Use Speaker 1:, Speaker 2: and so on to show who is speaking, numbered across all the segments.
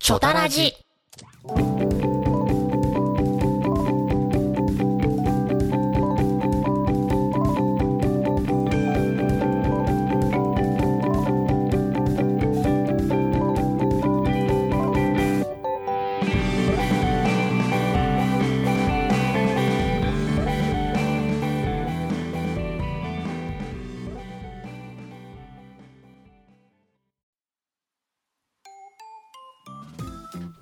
Speaker 1: ショタラジ。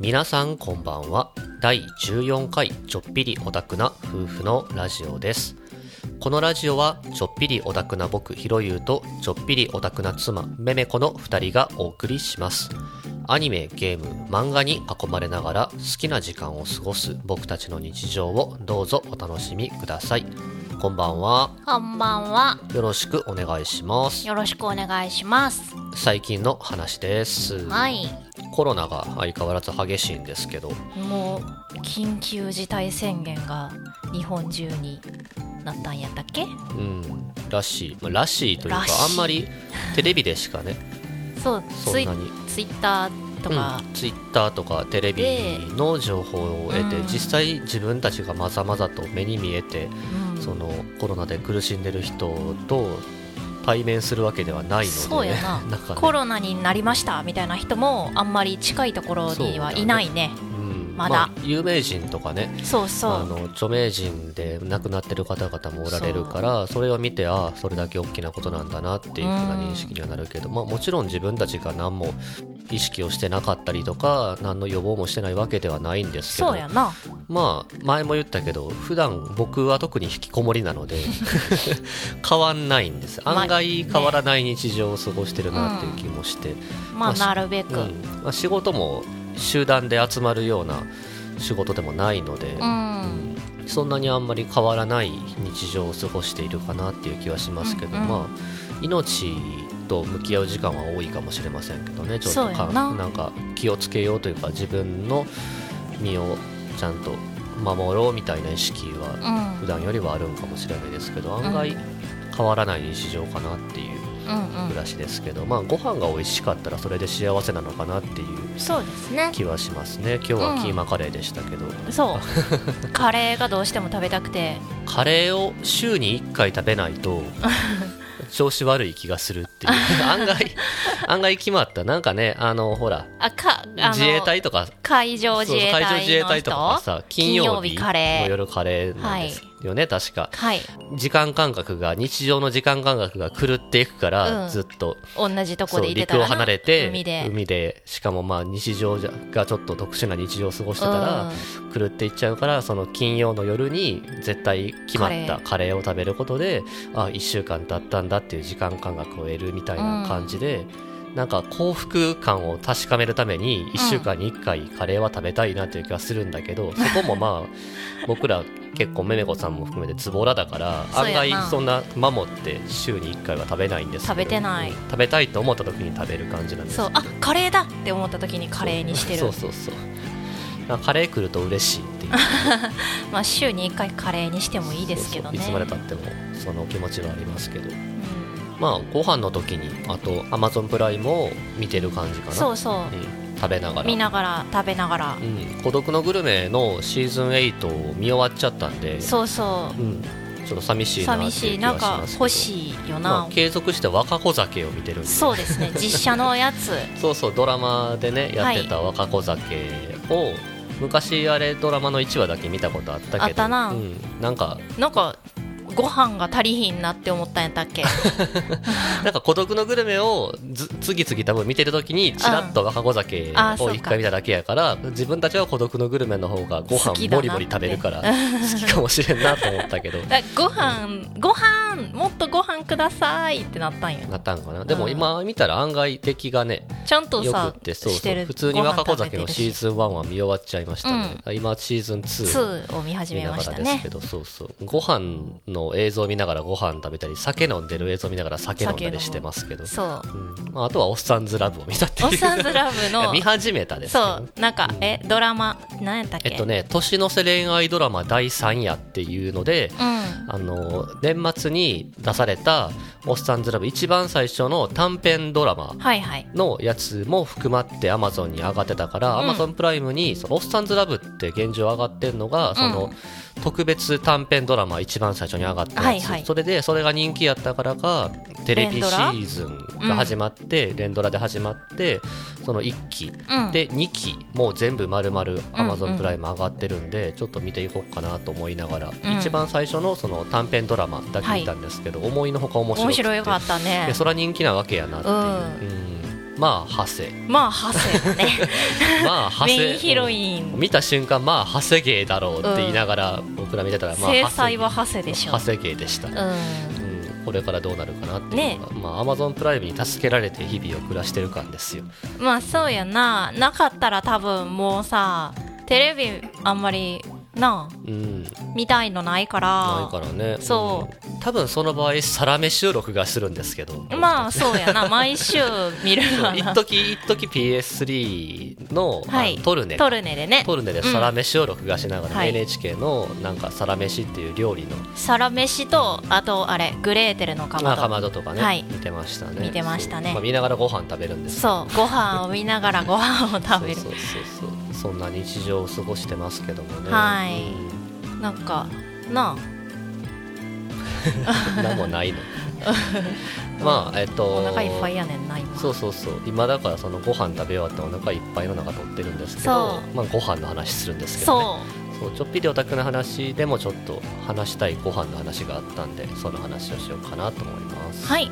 Speaker 2: 皆さんこんばんは第14回ちょっぴりオタクな夫婦のラジオですこのラジオはちょっぴりオタクな僕ひろゆうとちょっぴりオタクな妻めめこの2人がお送りしますアニメゲーム漫画に囲まれながら好きな時間を過ごす僕たちの日常をどうぞお楽しみくださいこんばんは
Speaker 1: こんばんは。
Speaker 2: よろしくお願いします
Speaker 1: よろしくお願いします。
Speaker 2: 最近の話です
Speaker 1: はい。
Speaker 2: コロナが相変わらず激しいんですけど
Speaker 1: もう緊急事態宣言が日本中になったんやったっけ？
Speaker 2: うん、らしい、まあ、らしいというから
Speaker 1: しい
Speaker 2: あんまりテレビでしか ね
Speaker 1: そう
Speaker 2: そ
Speaker 1: ツ
Speaker 2: ん
Speaker 1: イ
Speaker 2: なに
Speaker 1: ツイッターとか、
Speaker 2: ツイッターとかテレビの情報を得て、
Speaker 1: うん
Speaker 2: 実際自分たちがまざまざと目に見えて、
Speaker 1: うん
Speaker 2: そのコロナで苦しんでる人と対面するわけではないので、ね、
Speaker 1: そうやな
Speaker 2: なんかね
Speaker 1: コロナになりましたみたいな人もあんまり近いところにはいないね。
Speaker 2: うん
Speaker 1: まだ
Speaker 2: あ有名人とかね
Speaker 1: そうそ
Speaker 2: あ
Speaker 1: う。
Speaker 2: の著名人で亡くなってる方々もおられるからそれを見てああそれだけ大きなことなんだなっていうふうな認識にはなるけど、まあ、もちろん自分たちが何も意識をしてなかったりとか何の予防もしてないわけではないんですけど
Speaker 1: そうやな。
Speaker 2: まあ前も言ったけど普段僕は特に引きこもりなの で変わんないんです
Speaker 1: まあ
Speaker 2: 案外変わらない日常を過ごしてるなっていう気もして、
Speaker 1: ま
Speaker 2: ま
Speaker 1: あ
Speaker 2: あし
Speaker 1: なるべく。
Speaker 2: うんまあ、仕事も集団で集まるような仕事でもないので。
Speaker 1: うん。
Speaker 2: そんなにあんまり変わらない日常を過ごしているかなっていう気はしますけど、
Speaker 1: うんうん
Speaker 2: まあ命と向き合う時間は多いかもしれませんけどねちょっと
Speaker 1: そうや
Speaker 2: か
Speaker 1: な
Speaker 2: なんか気をつけようというか自分の身をちゃんと守ろうみたいな意識は
Speaker 1: うん
Speaker 2: 普段よりはあるんかもしれないですけど
Speaker 1: ん
Speaker 2: 案外変わらない日常かなっていう
Speaker 1: うん
Speaker 2: 暮らしですけど、まあご飯が美味しかったらそれで幸せなのかなっていう
Speaker 1: うん、そうですね
Speaker 2: 気はしますね今日はキーマカレーでしたけど、
Speaker 1: そ うカレーがどうしても食べたくて
Speaker 2: カレーを週に1回食べない と調子悪い気がするっていう案外案外決まったなんかねあのほら
Speaker 1: あかあの
Speaker 2: 自衛隊とか
Speaker 1: 海上
Speaker 2: そう
Speaker 1: 自
Speaker 2: そう
Speaker 1: 衛
Speaker 2: 海
Speaker 1: 隊の
Speaker 2: 上
Speaker 1: 人
Speaker 2: 自衛隊とかがさ金曜
Speaker 1: 金曜日
Speaker 2: 日
Speaker 1: カレー
Speaker 2: の夜カレーなんですよね、確か
Speaker 1: はい
Speaker 2: 時間感覚が日常の時間感覚が狂っていくから、
Speaker 1: うん
Speaker 2: ずっと
Speaker 1: 同じとこ
Speaker 2: そう
Speaker 1: でいてた
Speaker 2: 陸
Speaker 1: ら
Speaker 2: を
Speaker 1: な
Speaker 2: 離れて
Speaker 1: 海で
Speaker 2: しかもまあ日常じゃがちょっと特殊な日常を過ごしてた
Speaker 1: うん
Speaker 2: ら、狂っていっちゃうからその金曜の夜に絶対決まったカレーを食べることであ1週間経ったんだっていう時間感覚を得るみたいな感じで、なんか幸福感を確かめるために1週間に1回カレーは食べたいなという気がするんだけど、そこもまあ 僕ら結構めめこさんも含めてズボラだから
Speaker 1: そう
Speaker 2: 案
Speaker 1: やな
Speaker 2: 外そんな守って週に1回は食べないんですけど
Speaker 1: 食べてない
Speaker 2: うん食べたいと思った時に食べる感じなんです
Speaker 1: そうあカレーだって思った時にカレーにしてる
Speaker 2: そうそうそうだからカレー来ると嬉しいっていう
Speaker 1: まあ週に1回カレーにしてもいいですけどね
Speaker 2: そうそういつまでたってもその気持ちはありますけどまあご飯の時にあと Amazon プライムを見てる感じか
Speaker 1: うん
Speaker 2: な
Speaker 1: そうそ
Speaker 2: うん食べなが
Speaker 1: う
Speaker 2: ら
Speaker 1: 見ながら食べながら
Speaker 2: うん、孤独のグルメのシーズン8を見終わっちゃったんで、
Speaker 1: そうそう
Speaker 2: ん、ちょっと寂し
Speaker 1: う
Speaker 2: いなってい
Speaker 1: 寂しいう
Speaker 2: 気が
Speaker 1: なん
Speaker 2: し
Speaker 1: か
Speaker 2: ますけど
Speaker 1: 欲しいよ
Speaker 2: ま
Speaker 1: な
Speaker 2: あ、継続して若子酒を見てるんです
Speaker 1: そ うですね実写のやつ
Speaker 2: そうそうドラマでねやってた若子酒を、昔あれドラマの1話だけ見たことあったけど
Speaker 1: あったな
Speaker 2: うん、なんか
Speaker 1: なんかご飯が足りひんなって思ったんやったっけ
Speaker 2: なんか孤独のグルメをず次々多分見てるときにちらっと若子酒
Speaker 1: あーそ
Speaker 2: を
Speaker 1: う
Speaker 2: 一
Speaker 1: か
Speaker 2: 回見ただけやから自分たちは孤独のグルメの方がご
Speaker 1: 好き
Speaker 2: 飯
Speaker 1: だな
Speaker 2: ボ
Speaker 1: って
Speaker 2: リボリ食べる から好きかもしれんなと思ったけど
Speaker 1: だご飯ご飯もっとご飯くださいってなったんや
Speaker 2: なったんかなでも今見たら案外敵がね
Speaker 1: ちゃんと
Speaker 2: よ
Speaker 1: さ
Speaker 2: くってそう
Speaker 1: して
Speaker 2: そう
Speaker 1: る
Speaker 2: 普通に若子酒
Speaker 1: ご
Speaker 2: の
Speaker 1: 飯食
Speaker 2: シ
Speaker 1: べてる
Speaker 2: ー
Speaker 1: し
Speaker 2: ズン1は見終わっちゃいましたね今シーズン2
Speaker 1: 2を見始
Speaker 2: 見
Speaker 1: め
Speaker 2: な
Speaker 1: ま
Speaker 2: が
Speaker 1: し
Speaker 2: ら
Speaker 1: た
Speaker 2: です
Speaker 1: ね
Speaker 2: けどそうそうご飯の映像見ながらご飯食べたり酒飲んでる映像見ながら酒飲んだりしてますけど、
Speaker 1: そう
Speaker 2: うんまあ、あとは「おっさんずラブ」を見たってい
Speaker 1: 「
Speaker 2: う
Speaker 1: オッサンズラブ
Speaker 2: いや
Speaker 1: の」
Speaker 2: 見始めたですけ
Speaker 1: そ
Speaker 2: どね
Speaker 1: うなんか、えドラマ何やったっけ、
Speaker 2: えっとね年の瀬恋愛ドラマ第3夜っていうので
Speaker 1: うん
Speaker 2: あの年末に出されたおっさんずラブ一番最初の短編ドラマ
Speaker 1: はいはい
Speaker 2: のやつも含まってアマゾンに上がってたから、
Speaker 1: うん
Speaker 2: アマゾンプライムにその「おっさんずラブ」って現状上がってるのが、その特別短編ドラマ一番最初に上がったやつ、
Speaker 1: はいはい
Speaker 2: それでそれが人気やったからかテレビシーズ
Speaker 1: ドラ
Speaker 2: ンが始まって、連ドラで始まってその1期
Speaker 1: うん
Speaker 2: で2期もう全部丸々
Speaker 1: うん
Speaker 2: Amazon プライム上がってるんでちょっと見ていこうかなと思いながら、
Speaker 1: うん
Speaker 2: 一番最初のその短編ドラマだけ見たんですけど、思いのほか面白く
Speaker 1: 面
Speaker 2: て
Speaker 1: 白かった
Speaker 2: い
Speaker 1: ね
Speaker 2: やそら人気なわけやなっていう、うんまあ派 生
Speaker 1: まあハセだ ね
Speaker 2: まあ派
Speaker 1: メ
Speaker 2: 生
Speaker 1: インヒロイ
Speaker 2: うん
Speaker 1: ン
Speaker 2: 見た瞬間まあ派生芸だろうって言いながら、僕ら見てたらまあ
Speaker 1: 制裁は
Speaker 2: 派
Speaker 1: ハセでしょ
Speaker 2: 派生芸でした、
Speaker 1: うん
Speaker 2: うんこれからどうなるかなっていうのが、まあ Amazon プライムに助けられて日々を暮らしてる感ですよ
Speaker 1: まあそうやななかったら多分もうさテレビあんまりなあ
Speaker 2: うん
Speaker 1: 見たいのないから
Speaker 2: ないからね
Speaker 1: そ
Speaker 2: うん多分その場合サラメ収録がするんですけど
Speaker 1: まあそうやな毎週見るわ
Speaker 2: 一
Speaker 1: な
Speaker 2: 時一時 PS3 の,あの、
Speaker 1: はい
Speaker 2: トルネ
Speaker 1: トルネでね
Speaker 2: トルネでサラメシを録画しながら、
Speaker 1: うんはい
Speaker 2: NHK のなんかサラメシっていう料理の
Speaker 1: サラメシとあとあれグレーテルのか
Speaker 2: ま
Speaker 1: ま
Speaker 2: あ
Speaker 1: ど
Speaker 2: かまどとかね、
Speaker 1: はい
Speaker 2: 見てましたね
Speaker 1: 見てましたね
Speaker 2: そうあ見ながらご飯食べるんです
Speaker 1: そうご飯を見ながらご飯を食べる
Speaker 2: そうそうそうそうそんな日常を過ごしてますけどもね
Speaker 1: はい
Speaker 2: うん
Speaker 1: なんかな
Speaker 2: 何も ないのまあえっ
Speaker 1: あ
Speaker 2: と
Speaker 1: お腹いっぱいやねんな今
Speaker 2: そうそうそう今だからそのご飯食べ終わってお腹いっぱいの中取ってるんですけ
Speaker 1: そ
Speaker 2: ど、まあ、ご飯の話するんですけど、ね、そ
Speaker 1: そ
Speaker 2: うちょっぴりオタクの話でもちょっと話したいご飯の話があったんでその話をしようかなと思います
Speaker 1: うはい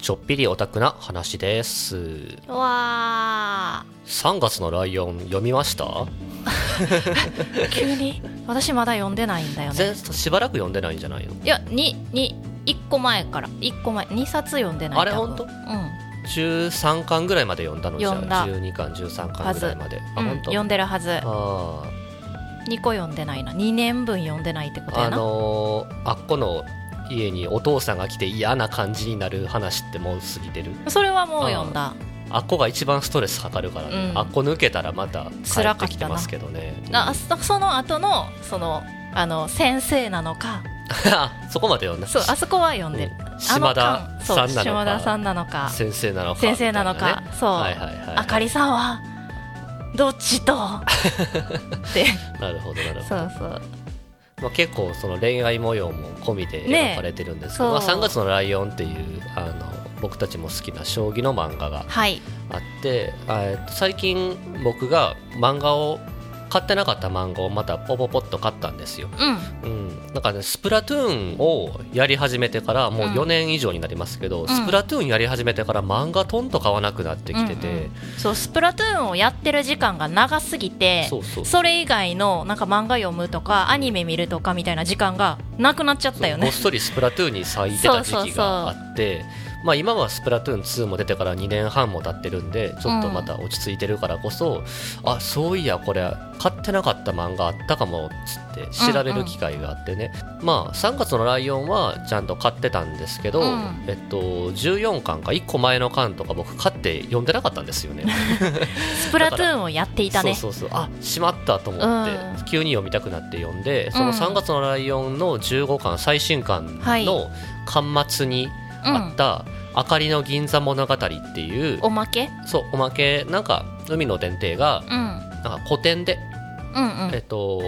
Speaker 2: ちょっぴりオタクな話です
Speaker 1: うわ
Speaker 2: 3月のライオン読みました
Speaker 1: ー急に私まだ読んでないんだよ
Speaker 2: 全
Speaker 1: ね
Speaker 2: しばらく読んでないんじゃないの
Speaker 1: いやにに1個前から1個前2冊読んでない
Speaker 2: あれ
Speaker 1: 多分
Speaker 2: ほんと
Speaker 1: うん
Speaker 2: 13巻ぐらいまで読んだのじゃ
Speaker 1: 読んだ
Speaker 2: あ12巻13巻ぐらいまであ
Speaker 1: うん
Speaker 2: 本当、
Speaker 1: 読んでるはず
Speaker 2: あー
Speaker 1: 2個読んでないな2年分読んでないってことや
Speaker 2: あ
Speaker 1: な、
Speaker 2: のーあっこの家にお父さんが来て嫌な感じになる話ってもう過ぎてる
Speaker 1: それはもう読んだ
Speaker 2: あっこが一番ストレスかかるから、ね
Speaker 1: うん
Speaker 2: あっこ抜けたらまた帰
Speaker 1: 辛
Speaker 2: っ
Speaker 1: か
Speaker 2: て
Speaker 1: っ
Speaker 2: き
Speaker 1: た
Speaker 2: て
Speaker 1: な
Speaker 2: ますけどね
Speaker 1: あそその後のそのあの先生なのか
Speaker 2: あそこまで読んだ
Speaker 1: そうあそこは読んでる、
Speaker 2: うん
Speaker 1: あの
Speaker 2: 島田
Speaker 1: 間そ
Speaker 2: さ
Speaker 1: うん
Speaker 2: な
Speaker 1: 島
Speaker 2: の
Speaker 1: 田さ
Speaker 2: か
Speaker 1: んなのか
Speaker 2: 先生なのか
Speaker 1: 先生なの
Speaker 2: みた
Speaker 1: か
Speaker 2: い、
Speaker 1: そう、
Speaker 2: なねはいはいはい
Speaker 1: あかりさんはどっ ちとって
Speaker 2: なるほどなるほ
Speaker 1: そ
Speaker 2: ど
Speaker 1: うそう
Speaker 2: まあ、結構その恋愛模様も込みで
Speaker 1: ね
Speaker 2: 描
Speaker 1: え
Speaker 2: かれてるんですけど、まあ、
Speaker 1: そう
Speaker 2: 3月のライオンっていうあの僕たちも好きな将棋の漫画が
Speaker 1: はい
Speaker 2: あってあえっと最近僕が漫画を買ってなかった漫画をまたポポポっと買ったんですよ、
Speaker 1: うん
Speaker 2: うん、なんかねスプラトゥーンをやり始めてからもう
Speaker 1: うん
Speaker 2: 4年以上になりますけど、スプラトゥーンやり始めてから漫画とんと買わなくなってきてて、
Speaker 1: うんうんそうスプラトゥーンをやってる時間が長すぎて
Speaker 2: そうそう
Speaker 1: それ以外のなんか漫画読むとかアニメ見るとかみたいな時間がなくなっちゃったよ
Speaker 2: ごっ
Speaker 1: ね
Speaker 2: そりスプラトゥーンに咲いてた時期があってまあ、今はスプラトゥーン2も出てから2年半も経ってるんでちょっとまた落ち着いてるからこそ、あそういやこれ買ってなかった漫画あったかもっつって調べる機会があってね、まあ3月のライオンはちゃんと買ってたんですけど、
Speaker 1: うん
Speaker 2: えっと、14巻か1個前の巻とか僕買って読んでなかったんですよね。
Speaker 1: スプラトゥーンをやっていたね
Speaker 2: そうそうそうあしまったと思って、
Speaker 1: う
Speaker 2: 急に読みたくなって読んでその
Speaker 1: うん
Speaker 2: 3月のライオンの15巻最新巻
Speaker 1: はい
Speaker 2: の巻末にあった「あかりの銀座物語」っていう、
Speaker 1: おまけ、
Speaker 2: そうおまけなんか海の天帝が
Speaker 1: うん、うん
Speaker 2: なんか古典で、
Speaker 1: うん
Speaker 2: えっと、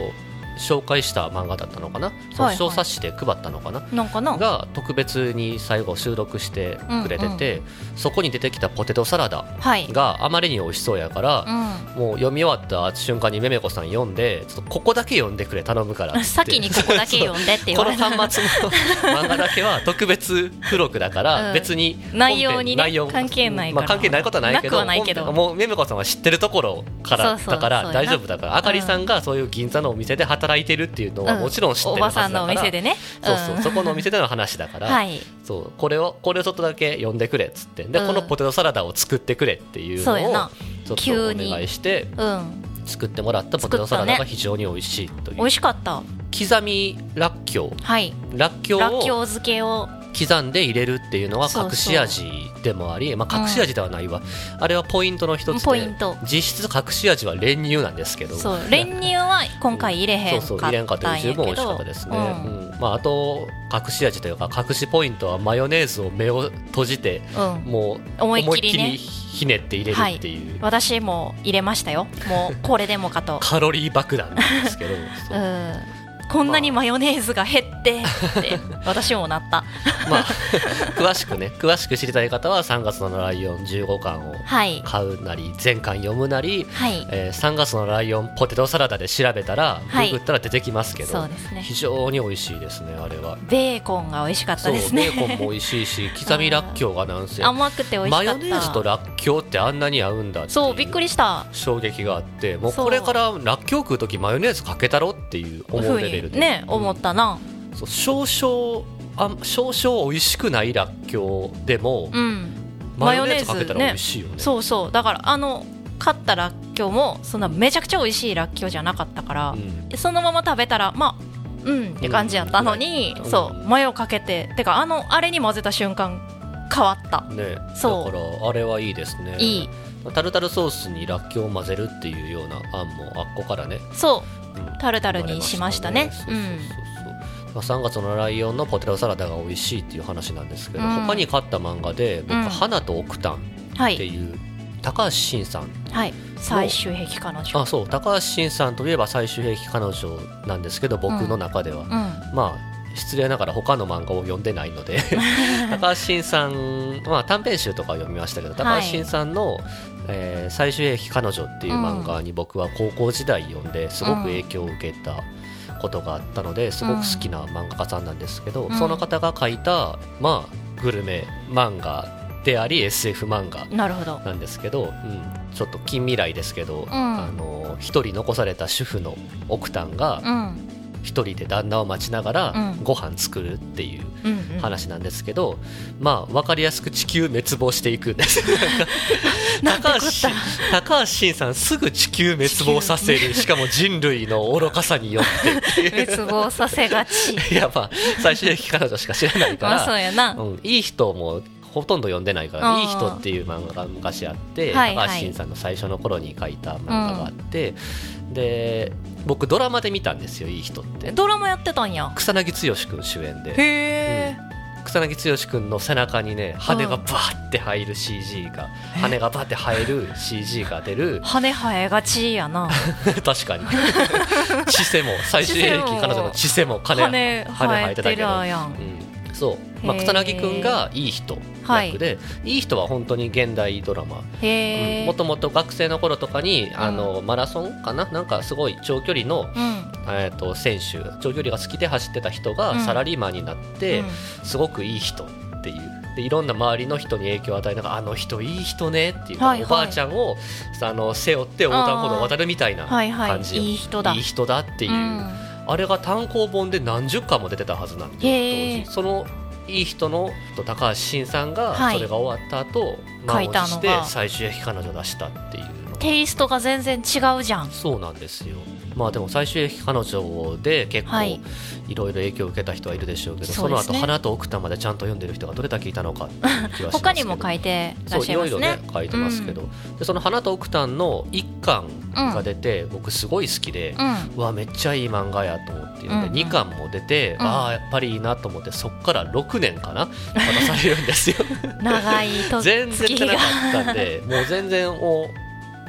Speaker 2: 紹介した漫画だったのかな、そ
Speaker 1: は
Speaker 2: の
Speaker 1: い
Speaker 2: 小冊子で配ったのかな、
Speaker 1: なんかな
Speaker 2: が特別に最後収録してくれてて、そこに出てきたポテトサラダ
Speaker 1: はい、
Speaker 2: があまりに美味しそうやから、
Speaker 1: う
Speaker 2: もう読み終わった瞬間にめめこさん読んでちょっとここだけ読んでくれ頼むからっつっ
Speaker 1: ん、
Speaker 2: て
Speaker 1: 先にここだけ読んでって言
Speaker 2: こ
Speaker 1: わ
Speaker 2: の
Speaker 1: れた
Speaker 2: 端末の漫画だけは特別付録だから、
Speaker 1: うん
Speaker 2: 別に
Speaker 1: 内容にね
Speaker 2: 本編
Speaker 1: 関係ない
Speaker 2: まあ、
Speaker 1: から
Speaker 2: 関係ないことはないけど
Speaker 1: なくはないけど
Speaker 2: 本編もうめめこさんは知ってるところから
Speaker 1: そうそう
Speaker 2: だから
Speaker 1: そうやな
Speaker 2: 大丈夫だからあかりさんがそういう銀座のお店で働いてるっていうのは
Speaker 1: うん
Speaker 2: もちろん知って
Speaker 1: お
Speaker 2: るは
Speaker 1: ば
Speaker 2: ずだ
Speaker 1: さ
Speaker 2: か
Speaker 1: ん
Speaker 2: ら、
Speaker 1: のお店でね
Speaker 2: そうそう、
Speaker 1: ん
Speaker 2: そこのお店での話だから、
Speaker 1: はい
Speaker 2: そうこれをこれをちょっとだけ読んでくれっつってで、
Speaker 1: うん
Speaker 2: このポテトサラダを作ってくれっていうの
Speaker 1: そうや
Speaker 2: を
Speaker 1: な
Speaker 2: ちょっと
Speaker 1: 急
Speaker 2: お
Speaker 1: に
Speaker 2: 願いして
Speaker 1: うん
Speaker 2: 作ってもらったポテトサラダが非常に美味しいという、
Speaker 1: 美味しかった
Speaker 2: 刻みらっきょ
Speaker 1: はい、
Speaker 2: うらっきょう
Speaker 1: らっきょ
Speaker 2: を
Speaker 1: う漬けを
Speaker 2: 刻んで入れるっていうのは
Speaker 1: そうそう
Speaker 2: 隠し味でもありまあ、隠し味ではないわ、あれはポイントの一つ
Speaker 1: ポイ
Speaker 2: で
Speaker 1: ント
Speaker 2: 実質隠し味は練乳なんですけど
Speaker 1: そう練乳は今回入れへんかった
Speaker 2: そ
Speaker 1: んやけど
Speaker 2: うそう入れんかった十分美味しかったですね、うんまあ、あと隠し味というか隠しポイントはマヨネーズを目を閉じて
Speaker 1: うん、うん
Speaker 2: もう
Speaker 1: 思いっきりね
Speaker 2: 思いっきりひねって入れるっていう、
Speaker 1: 私も入れましたよもうこれでもかと
Speaker 2: カロリー爆弾なんですけど
Speaker 1: う
Speaker 2: そうま
Speaker 1: んこんなにマヨネーズが減ってって私もなった
Speaker 2: あ 詳しくね詳しく知りたい方は3月のライオン15巻を
Speaker 1: はい
Speaker 2: 買うなり全巻読むなり、
Speaker 1: はい
Speaker 2: えー3月のライオンポテトサラダで調べたら、
Speaker 1: はい
Speaker 2: ググったら出てきますけ
Speaker 1: そ
Speaker 2: ど、
Speaker 1: うですね
Speaker 2: 非常に美味しいですねあれは。
Speaker 1: ベーコンが美味しかった
Speaker 2: そう
Speaker 1: です
Speaker 2: ベ
Speaker 1: ね
Speaker 2: ーコンも美味しいし刻みらっきょうがなんせ
Speaker 1: 甘くて美味しか
Speaker 2: マ
Speaker 1: った
Speaker 2: ヨネーズとらっきょうってあんなに合うんだっていう
Speaker 1: そうびっくりした
Speaker 2: 衝撃があってもう
Speaker 1: そう
Speaker 2: これかららっきょう食う時マヨネーズかけたろっていう思
Speaker 1: ふ
Speaker 2: う
Speaker 1: う
Speaker 2: レベル
Speaker 1: に
Speaker 2: で
Speaker 1: ね思っ
Speaker 2: うん
Speaker 1: たな
Speaker 2: そう少々あ少々美味しくないらっきょうでも、
Speaker 1: うん
Speaker 2: マヨネーズかけたら美味しいよね
Speaker 1: そうそうだからあの買ったらっきょうもそんなめちゃくちゃ美味しいらっきょうじゃなかったから
Speaker 2: う、ん
Speaker 1: そのまま食べたらまあうんって感じやったのに、
Speaker 2: うん
Speaker 1: そうマヨかけててかあのあれに混ぜた瞬間変わった
Speaker 2: ね
Speaker 1: そう
Speaker 2: だからあれはいいですね
Speaker 1: いい
Speaker 2: タルタルソースにらっきょうを混ぜるっていうような案もあっこからね、
Speaker 1: そう
Speaker 2: うん
Speaker 1: タルタルにしましたね
Speaker 2: そうそうそうそうまあ、3月のライオンのポテトサラダが美味しいっていう話なんですけど、
Speaker 1: うん
Speaker 2: 他に買った漫画で僕「
Speaker 1: うん
Speaker 2: 花と奥丹」
Speaker 1: うんは
Speaker 2: って
Speaker 1: い
Speaker 2: いう、高橋真さん
Speaker 1: はい最終兵器彼女
Speaker 2: あそう高橋真さんといえば最終兵器彼女なんですけど僕の中では、
Speaker 1: うん
Speaker 2: まあ失礼ながら他の漫画を読んでないの で高橋真さん、まあ、短編集とかは読みましたけど高橋真さんの、えー最終兵器彼女」っていう漫画に僕は高校時代読んですごく影響を受けたことがあったのですごく好きな漫画家さんなんですけど、
Speaker 1: うん
Speaker 2: その方が書いた、まあ、グルメ漫画であり SF 漫画
Speaker 1: なるほど
Speaker 2: なんですけど、うん、ちょっと近未来ですけど、
Speaker 1: ん
Speaker 2: あの一人残された主婦の奥ンが
Speaker 1: うん
Speaker 2: 一人で旦那を待ちながら
Speaker 1: うん
Speaker 2: ご飯作るっていう
Speaker 1: うんうん
Speaker 2: 話なんですけど、まあ分かりやすく地球滅亡していくんです
Speaker 1: なんてこ
Speaker 2: 高
Speaker 1: っ
Speaker 2: 橋
Speaker 1: た
Speaker 2: 高橋真さんすぐ地球滅亡させるしかも人類の愚かさによってっていう
Speaker 1: 滅亡させがち
Speaker 2: いやまあ最終的に彼女しか知らないか
Speaker 1: まあ
Speaker 2: ら
Speaker 1: そうやな
Speaker 2: うん、いい人もほとんど読んでないか
Speaker 1: あ
Speaker 2: ら「
Speaker 1: ー
Speaker 2: いい人」っていう漫画が昔あって、
Speaker 1: はいはい
Speaker 2: 高橋真さんの最初の頃に書いた漫画があって、で僕ドラマで見たんですよ「いい人」って
Speaker 1: ドラマやってたんや
Speaker 2: 草薙剛君主演
Speaker 1: へ
Speaker 2: で
Speaker 1: え
Speaker 2: 草薙剛君の背中にね羽がバーって入る CG が、羽がバーって入る CG が出 る
Speaker 1: 羽生えがちやな
Speaker 2: 確 かに知性も最終兵器
Speaker 1: 知性も
Speaker 2: 彼女の知性も金
Speaker 1: 羽生えてるやん
Speaker 2: うんそう、まあ、
Speaker 1: へー
Speaker 2: 草薙君がいい人
Speaker 1: はい
Speaker 2: 役で、い、い人は本当に現代ドラマ
Speaker 1: へえ
Speaker 2: もともと学生の頃とかにあのマラソンかななんかすごい長距離の、
Speaker 1: うん
Speaker 2: えー、と選手長距離が好きで走ってた人
Speaker 1: うん
Speaker 2: がサラリーマンになって、
Speaker 1: うん
Speaker 2: すごくいい人っていう。でいろんな周りの人に影響を与えながらあの人いい人ねっていう、
Speaker 1: はいはい
Speaker 2: おばあちゃんをあの背負って横断歩道を渡るみたいな
Speaker 1: はいはい
Speaker 2: 感じよ
Speaker 1: いい人だ
Speaker 2: いい人だっていう、
Speaker 1: うん
Speaker 2: あれが単行本で何十巻も出てたはずなんで
Speaker 1: へー
Speaker 2: 当時そのいい人のと高橋真さんが
Speaker 1: はい
Speaker 2: それが終わった後、
Speaker 1: 書
Speaker 2: 満
Speaker 1: い
Speaker 2: を
Speaker 1: たの
Speaker 2: 持
Speaker 1: が
Speaker 2: して最終兵器彼女を出したっていうのが
Speaker 1: テイストが全然違うじゃん
Speaker 2: そうなんですよまあでも最終兵器彼女で結
Speaker 1: は
Speaker 2: 構
Speaker 1: い
Speaker 2: いろいろ影響を受けた人はいるでしょうけど、
Speaker 1: そ
Speaker 2: そう
Speaker 1: で
Speaker 2: の
Speaker 1: すね
Speaker 2: 後花と奥多までちゃんと読んでる人がどれだけいたのかっていう気はしますけど
Speaker 1: 他にも書いてら
Speaker 2: そ
Speaker 1: っ
Speaker 2: う
Speaker 1: しゃ
Speaker 2: い
Speaker 1: いま
Speaker 2: ろい
Speaker 1: す
Speaker 2: ろ
Speaker 1: ね
Speaker 2: ね書いてますけど、でその花と奥多の一巻が出て、僕すごい好きで、
Speaker 1: うん
Speaker 2: うわめっちゃいい漫画やと思って、
Speaker 1: うんうん
Speaker 2: 2巻も出て、
Speaker 1: うん
Speaker 2: ああやっぱりいいなと思ってそっから6年かな渡されるんですよ
Speaker 1: 長いと
Speaker 2: 全
Speaker 1: 月
Speaker 2: 然
Speaker 1: 日
Speaker 2: 出な
Speaker 1: が
Speaker 2: かったんでもう全然も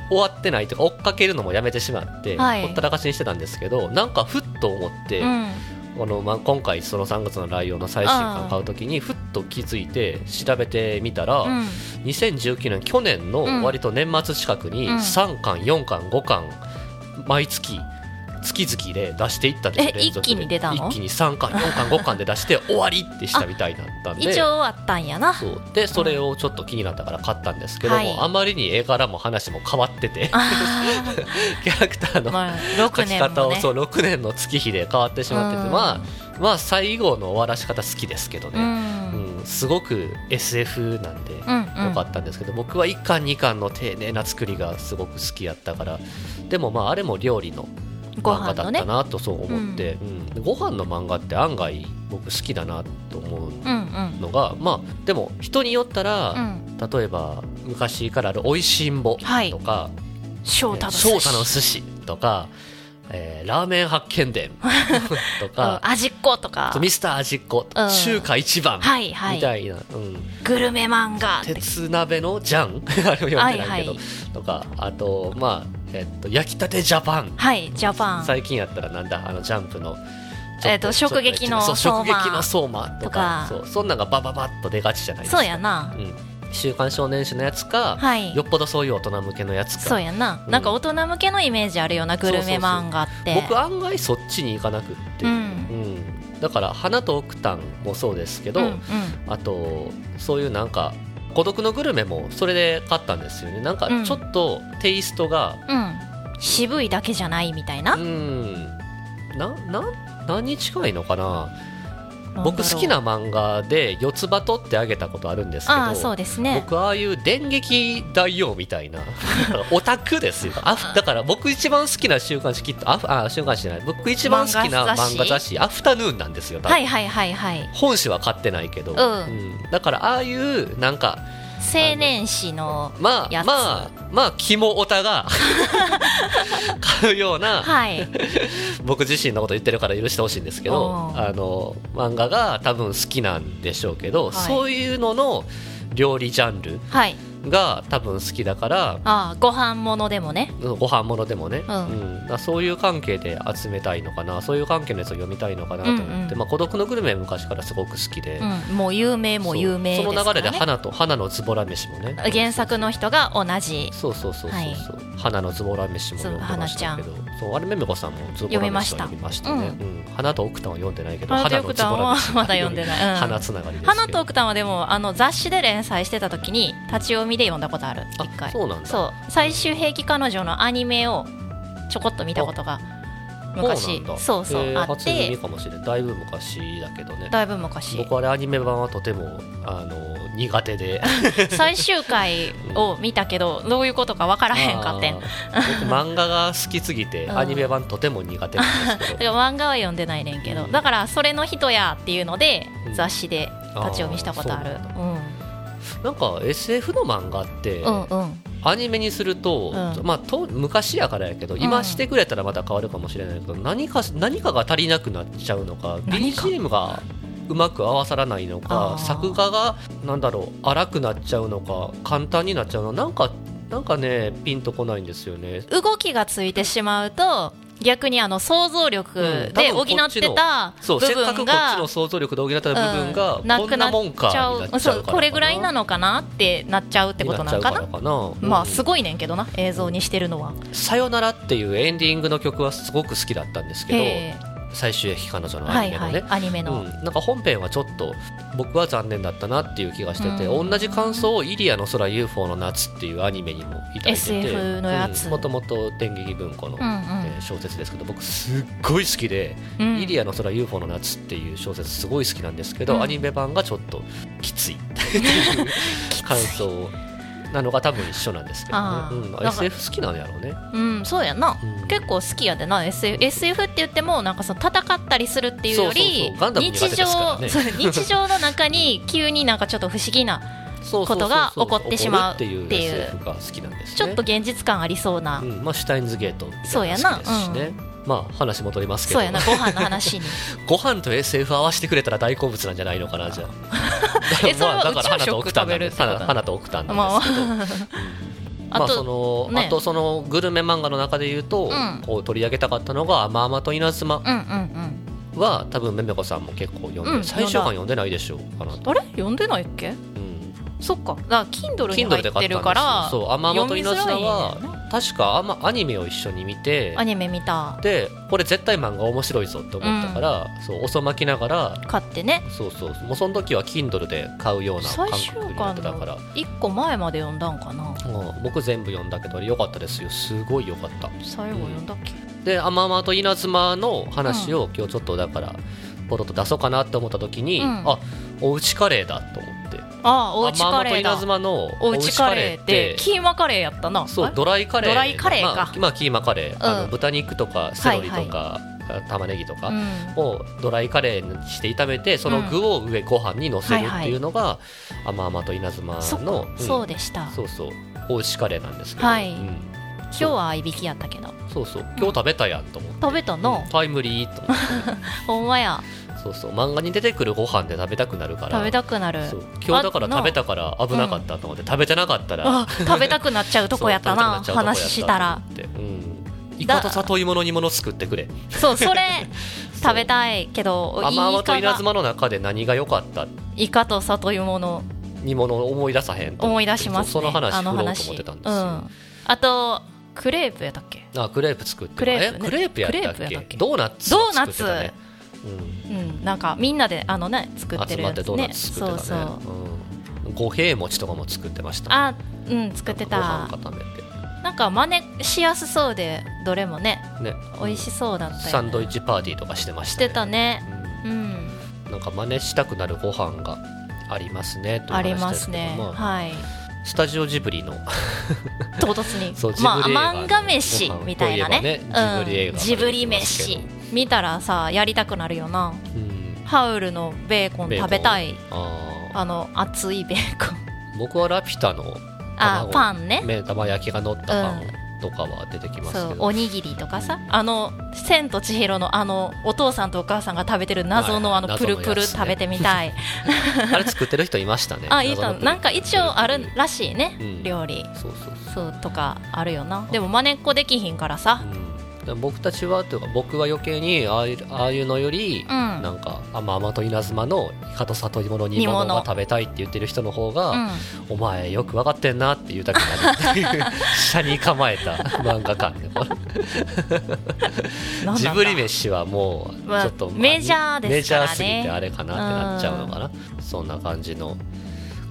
Speaker 2: う終わってないとか追っかけるのもやめてしまって、
Speaker 1: はい
Speaker 2: ほったらかしにしてたんですけどなんかふっと思って、
Speaker 1: うん
Speaker 2: このまあ、今回その3月のライオンの最新刊買う時にふっと気づいて調べてみたら、
Speaker 1: うん
Speaker 2: 2019年去年の
Speaker 1: うん
Speaker 2: 割と年末近くに
Speaker 1: うん
Speaker 2: 3巻4巻5巻毎月月々で出していったんですよ
Speaker 1: え
Speaker 2: 連続で
Speaker 1: 一気に出たの
Speaker 2: 一気に3巻4巻5巻で出して終わりってしたみたいだったんで
Speaker 1: 一応あったんやな
Speaker 2: そうでそれをちょっと気になったから買ったんですけども、
Speaker 1: はい
Speaker 2: あまりに絵柄も話も変わってて
Speaker 1: あ
Speaker 2: キャラクター
Speaker 1: ー
Speaker 2: の
Speaker 1: まあ
Speaker 2: 書
Speaker 1: 6
Speaker 2: き
Speaker 1: 年
Speaker 2: 方
Speaker 1: も
Speaker 2: を
Speaker 1: ね
Speaker 2: そう6年の月日で変わってしまってて、
Speaker 1: うん
Speaker 2: まあまあ最後の終わらし方好きですけど
Speaker 1: う
Speaker 2: ね、うんんすごく SF なんで、
Speaker 1: うん
Speaker 2: 良かったんですけど、僕は1巻2巻の丁寧な作りがすごく好きやったからでもまああれも料理の
Speaker 1: ご
Speaker 2: 漫画
Speaker 1: 飯
Speaker 2: だ
Speaker 1: の
Speaker 2: っ
Speaker 1: ね
Speaker 2: たなとそう思って、うんご飯の漫画って案外僕好きだなと思う
Speaker 1: うんうん
Speaker 2: のがまあでも人によったら、
Speaker 1: うん
Speaker 2: 例えば昔からある「おいしんぼ」
Speaker 1: はい
Speaker 2: とか
Speaker 1: 翔
Speaker 2: え
Speaker 1: 太
Speaker 2: ー「翔
Speaker 1: の寿司
Speaker 2: 太の寿司」とか、えーラーメン発見 伝」と
Speaker 1: うん
Speaker 2: か
Speaker 1: 味っ子とか
Speaker 2: 「ミスター味っ子」
Speaker 1: うん
Speaker 2: 中華一番」
Speaker 1: はいはい
Speaker 2: みたいな、うん、
Speaker 1: グルメ漫画って
Speaker 2: 鉄鍋のジャン あれも読んでないけど、
Speaker 1: はいはい
Speaker 2: とかあとまあ、えっと焼きたてジャパン
Speaker 1: はいジャパン
Speaker 2: 最近やったらなんだあのジャンプの
Speaker 1: えっと
Speaker 2: ちょっ
Speaker 1: 直撃の
Speaker 2: そう
Speaker 1: 相
Speaker 2: 直
Speaker 1: 馬
Speaker 2: 撃の相馬とか
Speaker 1: と
Speaker 2: そうそんなんがバババッと出がちじゃないですか
Speaker 1: そうやな
Speaker 2: うん週刊少年誌のやつか、
Speaker 1: はい
Speaker 2: よっぽどそういう大人向けのやつか
Speaker 1: そうやな、
Speaker 2: うん
Speaker 1: なんか大人向けのイメージあるようなグルメ漫画って
Speaker 2: 僕案外そっちに行かなくって、
Speaker 1: うん
Speaker 2: うんだから「花と奥丹」もそうですけど、
Speaker 1: うんうん
Speaker 2: あとそういうなんか「孤独のグルメ」もそれで買ったんですよねなんか
Speaker 1: うん
Speaker 2: ちょっとテイストが
Speaker 1: うん渋いだけじゃないみたいな
Speaker 2: う、んなな何に近いのかな
Speaker 1: なんだろう
Speaker 2: 僕好きな漫画で「四つ葉取ってあげたことあるんですけど
Speaker 1: ああそうですね
Speaker 2: 僕ああいう電撃大王みた いなオタクですよあだから僕一番好きな週刊誌きっとああ週刊誌じゃない僕一番好きな
Speaker 1: 漫画雑誌
Speaker 2: 漫画雑誌「アフタヌーン」なんですよ、多分
Speaker 1: はいはいはいはい
Speaker 2: 本誌は買ってないけど、
Speaker 1: うん
Speaker 2: んだからああいうなんか
Speaker 1: 青年誌の
Speaker 2: ま
Speaker 1: や
Speaker 2: あ
Speaker 1: つ
Speaker 2: まあまあ肝オタ が買うような
Speaker 1: はい
Speaker 2: 僕自身のこと言ってるから許してほしいんですけど
Speaker 1: おー
Speaker 2: あの漫画が多分好きなんでしょうけど、
Speaker 1: い
Speaker 2: そういうのの料理ジャンル
Speaker 1: はい
Speaker 2: が多分好きだから
Speaker 1: ああご飯ものでもね
Speaker 2: ご飯物でもね、
Speaker 1: うん
Speaker 2: だからそういう関係で集めたいのかなそういう関係のやつを読みたいのかなと思って、
Speaker 1: うんうん
Speaker 2: まあ、孤独のグルメは昔からすごく好きで、
Speaker 1: うん、もう有名も有名です
Speaker 2: そう
Speaker 1: か
Speaker 2: その
Speaker 1: ら、
Speaker 2: 流
Speaker 1: ね、
Speaker 2: れで花と花のズボラ飯もね
Speaker 1: 原作の人が同じ
Speaker 2: そうそうそうそうそう、
Speaker 1: はい
Speaker 2: 花のズボラ飯も読んでましたけどそうあれめめこさんもズボラ
Speaker 1: 読み
Speaker 2: 飯
Speaker 1: ま
Speaker 2: は
Speaker 1: した
Speaker 2: 読みましたねうん花と奥ンは読んでないけど
Speaker 1: 花と
Speaker 2: の
Speaker 1: 奥
Speaker 2: ズ
Speaker 1: 丹
Speaker 2: ボラ
Speaker 1: は
Speaker 2: 飯
Speaker 1: まだ読んでない、うん
Speaker 2: 花つながりですけど
Speaker 1: 花と奥丹はでもあの雑誌で連載してた時に立ち読みで読んだことある
Speaker 2: あ
Speaker 1: 一回
Speaker 2: そうなんだ
Speaker 1: そう最終兵器彼女のアニメをちょこっと見たことが昔
Speaker 2: うなんだ
Speaker 1: そうそう、
Speaker 2: えー
Speaker 1: あっ
Speaker 2: 初耳
Speaker 1: て
Speaker 2: かもしれないだいぶ昔だけどね
Speaker 1: だいぶ昔
Speaker 2: 僕あれアニメ版はとてもあの苦手で
Speaker 1: 最終回を見たけどどういうことかわから へんかってん
Speaker 2: あ
Speaker 1: だ
Speaker 2: ー僕漫画が好きすぎて
Speaker 1: うん
Speaker 2: アニメ版とても苦手なんです
Speaker 1: か
Speaker 2: けど
Speaker 1: ら漫画は読んでないねんけど、
Speaker 2: うん
Speaker 1: だからそれの人やっていうので
Speaker 2: うん
Speaker 1: 雑誌で立ち読みしたことある
Speaker 2: あー
Speaker 1: うん
Speaker 2: なんか SF の漫画って、
Speaker 1: うんうん
Speaker 2: アニメにすると,、
Speaker 1: うん
Speaker 2: まあ、と昔やからやけど
Speaker 1: ん
Speaker 2: 今してくれたらまた変わるかもしれないけど、何か何かが足りなくなっちゃうのか
Speaker 1: 何か
Speaker 2: BGM がうまく合わさらないの
Speaker 1: あー
Speaker 2: か作画がなんだろう荒くなっちゃうのか簡単になっちゃうのかなんかなんかねピンとこないんですよね。
Speaker 1: 動きがついてしまうと逆にあの想像力
Speaker 2: うん
Speaker 1: で
Speaker 2: 多
Speaker 1: 補っ
Speaker 2: 分こっち
Speaker 1: て
Speaker 2: の
Speaker 1: た部
Speaker 2: そうせっかくこ
Speaker 1: 分
Speaker 2: っち
Speaker 1: が
Speaker 2: の想像力で補った部分が、
Speaker 1: うんな
Speaker 2: こ
Speaker 1: く
Speaker 2: ん
Speaker 1: な
Speaker 2: な
Speaker 1: っ
Speaker 2: もんか
Speaker 1: ちゃう
Speaker 2: になっちゃう
Speaker 1: そう
Speaker 2: から
Speaker 1: これぐらいなのかなってなっちゃうってことなのかな
Speaker 2: にっちゃうからかな
Speaker 1: ま
Speaker 2: う
Speaker 1: あ
Speaker 2: ん
Speaker 1: すごいねんけどな映像にしてるのは。
Speaker 2: さよなら」っていうエンディングの曲はすごく好きだったんですけ
Speaker 1: ええ
Speaker 2: ど最終駅彼女のア
Speaker 1: は
Speaker 2: ニ
Speaker 1: い
Speaker 2: メのね、
Speaker 1: はいアニメの、
Speaker 2: うん、なんか本編はちょっと僕は残念だったなっていう気がしてて、
Speaker 1: うん
Speaker 2: 同じ感想を「イリアの空 UFO の夏」っていうアニメにも抱いてて
Speaker 1: SF のやつ
Speaker 2: もともと電撃文庫の、
Speaker 1: うんうん
Speaker 2: えー小説ですけど僕すっごい好きで
Speaker 1: う
Speaker 2: 「
Speaker 1: ん
Speaker 2: イリアの空 UFO の夏」っていう小説すごい好きなんですけど、
Speaker 1: うん
Speaker 2: アニメ版がちょっとき ついっていう感想なのが多分一緒なんですけど
Speaker 1: あー
Speaker 2: ね、うん、
Speaker 1: なんか
Speaker 2: SF 好きなんやろうね。
Speaker 1: うんそうやな、
Speaker 2: うん
Speaker 1: 結構好きやでな SF, SF って言ってもなんかその戦ったりするっていうより
Speaker 2: そうそうそうガンダム苦手
Speaker 1: 日
Speaker 2: ですから
Speaker 1: 常
Speaker 2: ね
Speaker 1: そう日常の中に急になんかちょっと不思 議な
Speaker 2: そう
Speaker 1: ことが起こってしまうってい
Speaker 2: 起
Speaker 1: う
Speaker 2: こるっていう SF が好きなんですね。
Speaker 1: ちょっと現実感ありそうな、
Speaker 2: うんまあ、シュタインズゲートみたい
Speaker 1: そうやな
Speaker 2: なの好きですしね、まあ話戻りますけど
Speaker 1: そうやなご飯の話 に。
Speaker 2: ご飯と SF 合わせてくれたら大好物なんじゃないのかなじゃあ
Speaker 1: えそれは
Speaker 2: まあだから
Speaker 1: 宇
Speaker 2: 花
Speaker 1: 宙食
Speaker 2: とオクタンなんで
Speaker 1: 食べるってこと
Speaker 2: 花花とオクタンなんですけど、 うん
Speaker 1: あ
Speaker 2: まあ
Speaker 1: と
Speaker 2: その
Speaker 1: ね
Speaker 2: あとそのグルメ漫画の中で言うと、
Speaker 1: うん
Speaker 2: こう取り上げたかったのが「甘々と稲妻
Speaker 1: うんうんうん」
Speaker 2: は多分めめこさんも結構読んで、
Speaker 1: うん
Speaker 2: 最終巻読んでないでしょうあなた、
Speaker 1: あれ読んでないっけ
Speaker 2: うん、
Speaker 1: そっかだから Kindle に
Speaker 2: Kindle
Speaker 1: 入
Speaker 2: で
Speaker 1: って
Speaker 2: 買った
Speaker 1: る
Speaker 2: ん
Speaker 1: か
Speaker 2: です
Speaker 1: ら
Speaker 2: よそう「甘々と
Speaker 1: 読み
Speaker 2: 稲
Speaker 1: づら
Speaker 2: 妻
Speaker 1: いんだよね
Speaker 2: は」確かあまアニメを一緒に見て
Speaker 1: アニメ見た
Speaker 2: でこれ絶対漫画面白いぞって思ったから、そう遅まきながら
Speaker 1: 買ってね
Speaker 2: そうそうもうその時は Kindle で買うような感
Speaker 1: 最終
Speaker 2: 覚になっ
Speaker 1: 巻
Speaker 2: てたから
Speaker 1: の1個前まで読んだんかな
Speaker 2: もう僕全部読んだけどあれ良かったですよすごい良かった
Speaker 1: 最後読んだっけ
Speaker 2: で「あままと稲妻」の話を今日ちょっとだからポロッと出そうかなって思った時に、
Speaker 1: うん
Speaker 2: あおうちカレーだと思って
Speaker 1: ああおうち
Speaker 2: あ
Speaker 1: カ
Speaker 2: ママと
Speaker 1: レー
Speaker 2: 稲
Speaker 1: だ
Speaker 2: 妻の
Speaker 1: おうちカレーって
Speaker 2: おうちカレー
Speaker 1: キーマカレーやったな
Speaker 2: そう
Speaker 1: あ
Speaker 2: ドライカレー
Speaker 1: ドライカレーか
Speaker 2: まあ、まあキーマカレー、あ
Speaker 1: う
Speaker 2: の
Speaker 1: ん
Speaker 2: 豚肉とかセロリとか、玉ねぎとか、
Speaker 1: うん
Speaker 2: をドライカレーにして炒めてその具を上ご飯にのせるっていうのが甘々と稲妻
Speaker 1: そっ
Speaker 2: の
Speaker 1: か
Speaker 2: ん
Speaker 1: そうでした
Speaker 2: そうそうおうちカレーなんですけど、
Speaker 1: はい
Speaker 2: うん
Speaker 1: 今日は合いびきやったけど
Speaker 2: そうそう今日食べたやんと思って
Speaker 1: 食べたの
Speaker 2: タイムリーと思って
Speaker 1: ほんまや
Speaker 2: そうそう漫画に出てくるご飯で食べたくなるから
Speaker 1: 食べたくなる
Speaker 2: そう今日だから
Speaker 1: あな
Speaker 2: 食べたから危なかったと思って、食べてなかったら
Speaker 1: あ食べたくなっちゃうとこやった
Speaker 2: そう食べく
Speaker 1: な
Speaker 2: っちゃうとこやった
Speaker 1: 話したら
Speaker 2: ってうんイ
Speaker 1: だ
Speaker 2: カと里芋の煮物作ってくれ
Speaker 1: そうそ れ食べたいけど
Speaker 2: 甘々と
Speaker 1: イカ
Speaker 2: 稲
Speaker 1: が
Speaker 2: 妻の中で何が良かった
Speaker 1: イカと里芋の
Speaker 2: 煮物を思い出さへんと思って
Speaker 1: 思い出しますね
Speaker 2: そうその話
Speaker 1: あの
Speaker 2: 振ろうと
Speaker 1: 話
Speaker 2: 思ってたんで
Speaker 1: う
Speaker 2: すよ、
Speaker 1: んあとクレープやったっけ
Speaker 2: あクレープ作ってた
Speaker 1: クレープ
Speaker 2: え
Speaker 1: ね
Speaker 2: クレープやったっ
Speaker 1: クレープ
Speaker 2: け
Speaker 1: やったっけ
Speaker 2: ドーナツを作ってたね
Speaker 1: うんなんかみんなであのね作
Speaker 2: う
Speaker 1: っ
Speaker 2: ん、
Speaker 1: て
Speaker 2: 集
Speaker 1: る
Speaker 2: まっ
Speaker 1: や
Speaker 2: て
Speaker 1: つ
Speaker 2: ドーナ
Speaker 1: ね
Speaker 2: ツ作
Speaker 1: そ
Speaker 2: っ
Speaker 1: う
Speaker 2: て
Speaker 1: そ
Speaker 2: たね
Speaker 1: う
Speaker 2: うん、五平餅とかも作ってました
Speaker 1: あうん作ってた
Speaker 2: ご飯固めて
Speaker 1: なんか真似しやすそうでどれもね
Speaker 2: ね
Speaker 1: 美味しそうだったよ、ね、
Speaker 2: サンドイッチパーティーとかしてまし、
Speaker 1: した
Speaker 2: ね、
Speaker 1: てたね
Speaker 2: う
Speaker 1: うん
Speaker 2: んなんか真似したくなるご飯がありますねという
Speaker 1: あ
Speaker 2: 話
Speaker 1: り
Speaker 2: で
Speaker 1: ます
Speaker 2: け
Speaker 1: ね
Speaker 2: ども
Speaker 1: はい
Speaker 2: スタジオジブリの
Speaker 1: 唐突 に
Speaker 2: そうジブリ
Speaker 1: まあ
Speaker 2: 映画
Speaker 1: 漫画飯みたいなね
Speaker 2: ご飯といえばね
Speaker 1: うん、
Speaker 2: ジ
Speaker 1: ジ
Speaker 2: ブ
Speaker 1: ブ
Speaker 2: リ映
Speaker 1: リ
Speaker 2: 画が出てますけど
Speaker 1: 飯見たらさやりたくなるよな
Speaker 2: うん
Speaker 1: ハウルのベーコン
Speaker 2: ベーコン
Speaker 1: 食べたい
Speaker 2: あー
Speaker 1: あの熱いベーコン
Speaker 2: 僕はラピュタの
Speaker 1: あ
Speaker 2: 卵
Speaker 1: パンね
Speaker 2: 目玉焼きが乗ったパンとかは出てきますけ
Speaker 1: そ
Speaker 2: ど、
Speaker 1: うおにぎりとかさあの「千と千尋の」あのお父さんとお母さんが食べてる謎の
Speaker 2: はい
Speaker 1: あのプ
Speaker 2: 謎のやつ
Speaker 1: ル
Speaker 2: ね
Speaker 1: プル食べてみた い
Speaker 2: あれ作ってる人いましたね。
Speaker 1: あいいと
Speaker 2: 謎の
Speaker 1: なんか一応あるらしい
Speaker 2: プルプル
Speaker 1: ね料理
Speaker 2: うんそうそう
Speaker 1: そうとかあるよなでもまねっこできひんからさ
Speaker 2: そう。うん、でも僕たちはというか僕は余計にああいうああいうのより、
Speaker 1: うん
Speaker 2: なんか甘々と稲妻のイカと里芋の煮物
Speaker 1: 煮
Speaker 2: が
Speaker 1: 物
Speaker 2: 食べたいって言ってる人の方
Speaker 1: う
Speaker 2: が、
Speaker 1: ん
Speaker 2: お前よく分かってんなって言うたくなるっていう下に構えた漫画館で
Speaker 1: なんなんだ
Speaker 2: ジブリ飯はもう
Speaker 1: まあ
Speaker 2: ちょっと、
Speaker 1: メジャーですから
Speaker 2: メジャ
Speaker 1: ね
Speaker 2: ーすぎてあれかなってなっちゃうのかな、そんな感じの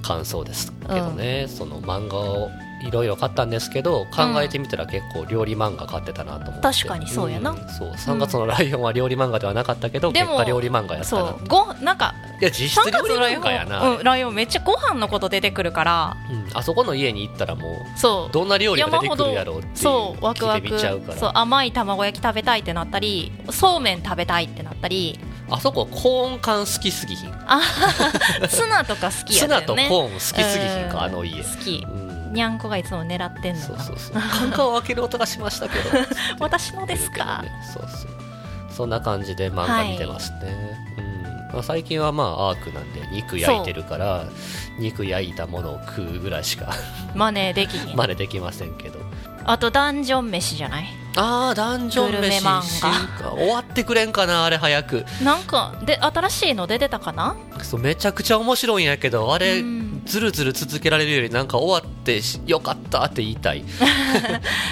Speaker 2: 感想ですけどね、その漫画をいろいろ買ったんですけど考えてみたら結構料理漫画買ってたなと思って、
Speaker 1: 確かにそうやなん
Speaker 2: そう3月のライオンは料理漫画ではなかったけど、
Speaker 1: で
Speaker 2: 結
Speaker 1: も
Speaker 2: 果料理漫画やったな
Speaker 1: そ
Speaker 2: いう
Speaker 1: ごなんか
Speaker 2: や実質
Speaker 1: 三
Speaker 2: 料
Speaker 1: 月
Speaker 2: 理
Speaker 1: のライ
Speaker 2: 漫
Speaker 1: オ
Speaker 2: 画やな、
Speaker 1: ン、うん、ライオンめっちゃご飯のこと出てくるから
Speaker 2: うんあそこの家に行ったらも
Speaker 1: そうう
Speaker 2: どんな料理が出てくるやろうっていう
Speaker 1: そうワク
Speaker 2: 聞
Speaker 1: ワ
Speaker 2: いて
Speaker 1: ク
Speaker 2: みちゃうから
Speaker 1: そう甘い卵焼き食べたいってなったりそうめん食べたいってなっ たり
Speaker 2: あそこコーン缶好きすぎひん、
Speaker 1: あツナとか好きや
Speaker 2: ツ
Speaker 1: った
Speaker 2: ナ
Speaker 1: よね
Speaker 2: とコーン好きすぎひん
Speaker 1: う
Speaker 2: かあの家
Speaker 1: 好き
Speaker 2: うん
Speaker 1: にゃんこがいつも狙ってんの
Speaker 2: そう
Speaker 1: か
Speaker 2: そうそうカンを開ける音がしました けど
Speaker 1: 私のですか
Speaker 2: そうそうそんな感じで漫画見てますね、うんまあ、最近はまあアークなんで肉焼いてるから肉焼いたものを食うぐらいしか
Speaker 1: 真似できひん、
Speaker 2: 真似できませんけど
Speaker 1: あとダンジョン飯じゃない
Speaker 2: ああダンジョン
Speaker 1: グルメ
Speaker 2: 飯
Speaker 1: 漫画
Speaker 2: 進化終わってくれんかなあれ早く
Speaker 1: なんかで新しいの出てたかな
Speaker 2: そうめちゃくちゃ面白いんやけどあれ
Speaker 1: うん
Speaker 2: ずるずる続けられるよりなんか終わってしよかったって言いたい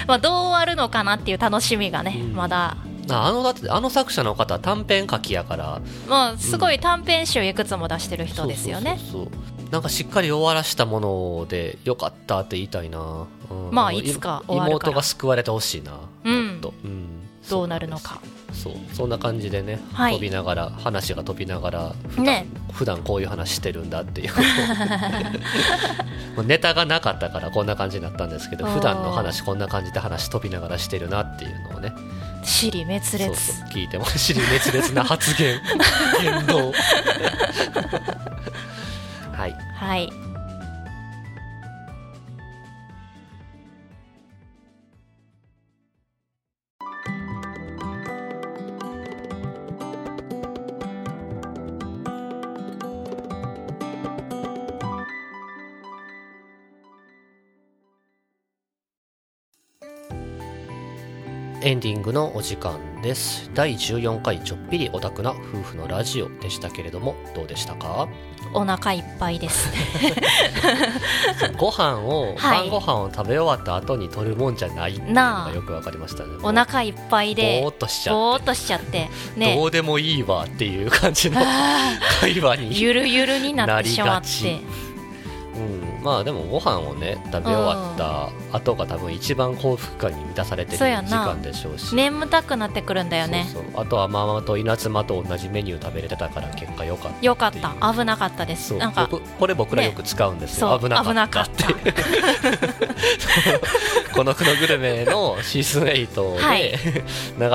Speaker 1: まあどう終わるのかなっていう楽しみがね、
Speaker 2: うん
Speaker 1: まだ
Speaker 2: ああのだってあの作者の方短編書きやから
Speaker 1: まあすごい短編集いくつも出してる人ですよね、
Speaker 2: そうそうそうそうなんかしっかり終わらしたものでよかったって言いたいな、うん
Speaker 1: まあいつか終わるか
Speaker 2: 妹
Speaker 1: ら
Speaker 2: が救われてほしいな、
Speaker 1: うん
Speaker 2: もっと、うん
Speaker 1: どうなるのか
Speaker 2: そうそんな感じでね、
Speaker 1: はい
Speaker 2: 飛びながら話が飛びながら普段,、
Speaker 1: ね
Speaker 2: 普段こういう話してるんだって いうことをもうネタがなかったからこんな感じになったんですけど
Speaker 1: おー
Speaker 2: 普段の話こんな感じで話飛びながらしてるなっていうのをね
Speaker 1: 尻滅
Speaker 2: そ
Speaker 1: 裂
Speaker 2: うそう聞いても知り熱烈な発 言言動はい
Speaker 1: はい
Speaker 2: エンディングのお時間です第14回ちょっぴりオタクな夫婦のラジオでしたけれどもどうでしたか
Speaker 1: お腹いっぱ いですね
Speaker 2: ご飯を、
Speaker 1: は
Speaker 2: 晩
Speaker 1: い
Speaker 2: ご飯を食べ終わった後に取るもんじゃないっていうの
Speaker 1: な
Speaker 2: が
Speaker 1: あ
Speaker 2: よくわかりましたね
Speaker 1: お腹いっぱいで
Speaker 2: ぼーっとしちゃ
Speaker 1: ぼ
Speaker 2: っ
Speaker 1: ーっとしちゃって
Speaker 2: て、ど
Speaker 1: ね
Speaker 2: うでもいいわ っていう感じの会話に
Speaker 1: ゆるゆるになってしまっ
Speaker 2: なり
Speaker 1: て
Speaker 2: うん、まあでもご飯をね食べ終わった後が多分一番幸福感に満たされてる
Speaker 1: そうやな
Speaker 2: 時間でしょうし
Speaker 1: 眠たくなってくるんだよね
Speaker 2: そうそうあとはママと稲妻と同じメニュー食べれてたから結果良かった
Speaker 1: よかった危なかったです
Speaker 2: そう
Speaker 1: なんか
Speaker 2: ここれ僕らよく使うんですよ、
Speaker 1: そ
Speaker 2: 危
Speaker 1: う
Speaker 2: なかったっていう この「くのグルメ」のシーズン8で、
Speaker 1: はい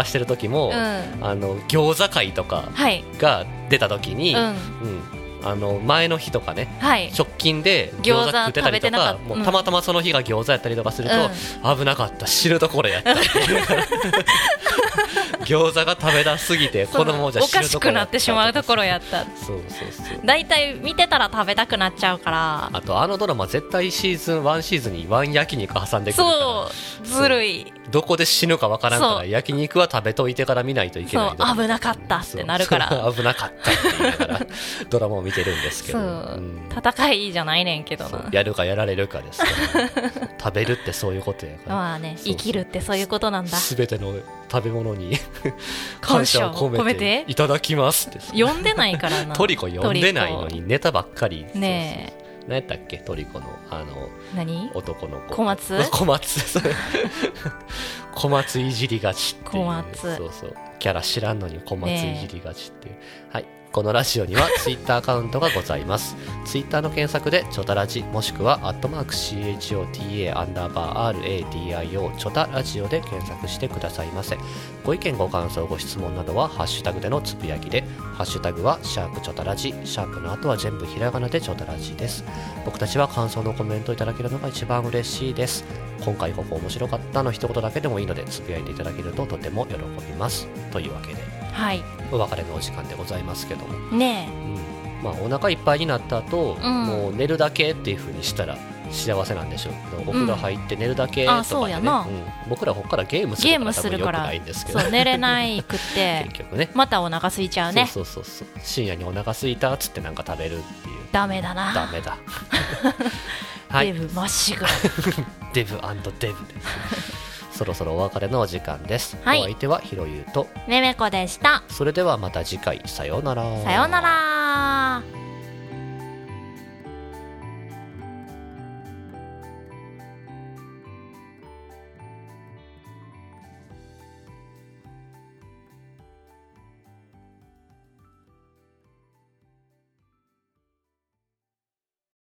Speaker 2: 流してる時も、
Speaker 1: うん
Speaker 2: あの餃子会とか
Speaker 1: はい
Speaker 2: が出た時に、
Speaker 1: う
Speaker 2: うん
Speaker 1: ん
Speaker 2: あの前の日とかね
Speaker 1: はい
Speaker 2: 直近で餃子食ってたりと
Speaker 1: 餃子食べてなか
Speaker 2: か
Speaker 1: った
Speaker 2: も
Speaker 1: う
Speaker 2: うんたまたまその日が餃子やったりとかすると、危なかった知るところやったって いう餃子が食べたすぎて
Speaker 1: そ
Speaker 2: 子
Speaker 1: う
Speaker 2: 供じゃ
Speaker 1: お
Speaker 2: 知
Speaker 1: か
Speaker 2: る
Speaker 1: し
Speaker 2: とこ
Speaker 1: く
Speaker 2: ろ
Speaker 1: なってしまうところやった
Speaker 2: そうそうそう
Speaker 1: だいたい見てたら食べたくなっちゃうから
Speaker 2: あとあのドラマ絶対シーズン1シーズンに1焼肉挟んでくるか
Speaker 1: そうずるい
Speaker 2: らどこで死ぬかわからんか
Speaker 1: そ
Speaker 2: ら
Speaker 1: う
Speaker 2: 焼肉は食べといてから見ないといけ
Speaker 1: そ
Speaker 2: ないうドラマ
Speaker 1: 危なかったってなるか
Speaker 2: そ
Speaker 1: ら
Speaker 2: う危なかったって言いなが らドラマを見てるんですけ
Speaker 1: そ
Speaker 2: ど、う
Speaker 1: う
Speaker 2: ん
Speaker 1: 戦いじゃないねんけど
Speaker 2: そう
Speaker 1: な
Speaker 2: やるかやられるかです から、食べるってそういうことやから、
Speaker 1: まあね
Speaker 2: そうそう
Speaker 1: 生きるってそういうことなんだ
Speaker 2: すべての食べ物 に感
Speaker 1: 感
Speaker 2: 謝
Speaker 1: 謝
Speaker 2: を
Speaker 1: を
Speaker 2: 込
Speaker 1: 込
Speaker 2: め
Speaker 1: め
Speaker 2: て
Speaker 1: て
Speaker 2: いただきますって
Speaker 1: 読んでないからな
Speaker 2: トリコ呼んでないの
Speaker 1: トリ
Speaker 2: にネタばっかり
Speaker 1: コね
Speaker 2: え何やったっけトリコのあの
Speaker 1: え何
Speaker 2: 男の子
Speaker 1: 小松
Speaker 2: 小松それ小松いじりがちっていう
Speaker 1: 小松
Speaker 2: そうそうキャラ知らんのに小松いじりがちっていう、はいこのラジオにはツイッターアカウントがございますツイッターの検索で「ちょたラジ」もしくは「アットマーク CHOTA アンダーバー RADIO ちょたラジオ」で検索してくださいませご意見ご感想ご質問などはハッシュタグでのつぶやきでハッシュタグはシャープちょたらじシャープの後は全部ひらがなでちょたらじです僕たちは感想のコメントをいただけるのが一番嬉しいです今回ここ面白かったの一言だけでもいいのでつぶやいていただけるととても喜びますというわけで
Speaker 1: はい
Speaker 2: お別れのお時間でございますけども、
Speaker 1: ね
Speaker 2: うんまあ、お腹いっぱいになった後、
Speaker 1: うん
Speaker 2: もう寝るだけっていう風にしたら幸せなんでしょうけどお風呂入って寝るだけとか
Speaker 1: あ
Speaker 2: で、ね
Speaker 1: そうやな
Speaker 2: うん僕らここからゲームす
Speaker 1: ゲ
Speaker 2: る
Speaker 1: ームす
Speaker 2: 多
Speaker 1: るか
Speaker 2: 分良く
Speaker 1: ら
Speaker 2: ないんですけど
Speaker 1: そう寝れないくっ て
Speaker 2: 結局ね
Speaker 1: またお腹空いちゃうね
Speaker 2: そうそうそうそう深夜にお腹すいたっつってなんか食べるっていう
Speaker 1: ダメだな
Speaker 2: ダメ だはい
Speaker 1: デブまっしぐら
Speaker 2: デブデ ブですそろそろお別れのお時間です、
Speaker 1: はい
Speaker 2: お相手はひろゆうと
Speaker 1: めめこでした
Speaker 2: それではまた次回さようなら
Speaker 1: さようなら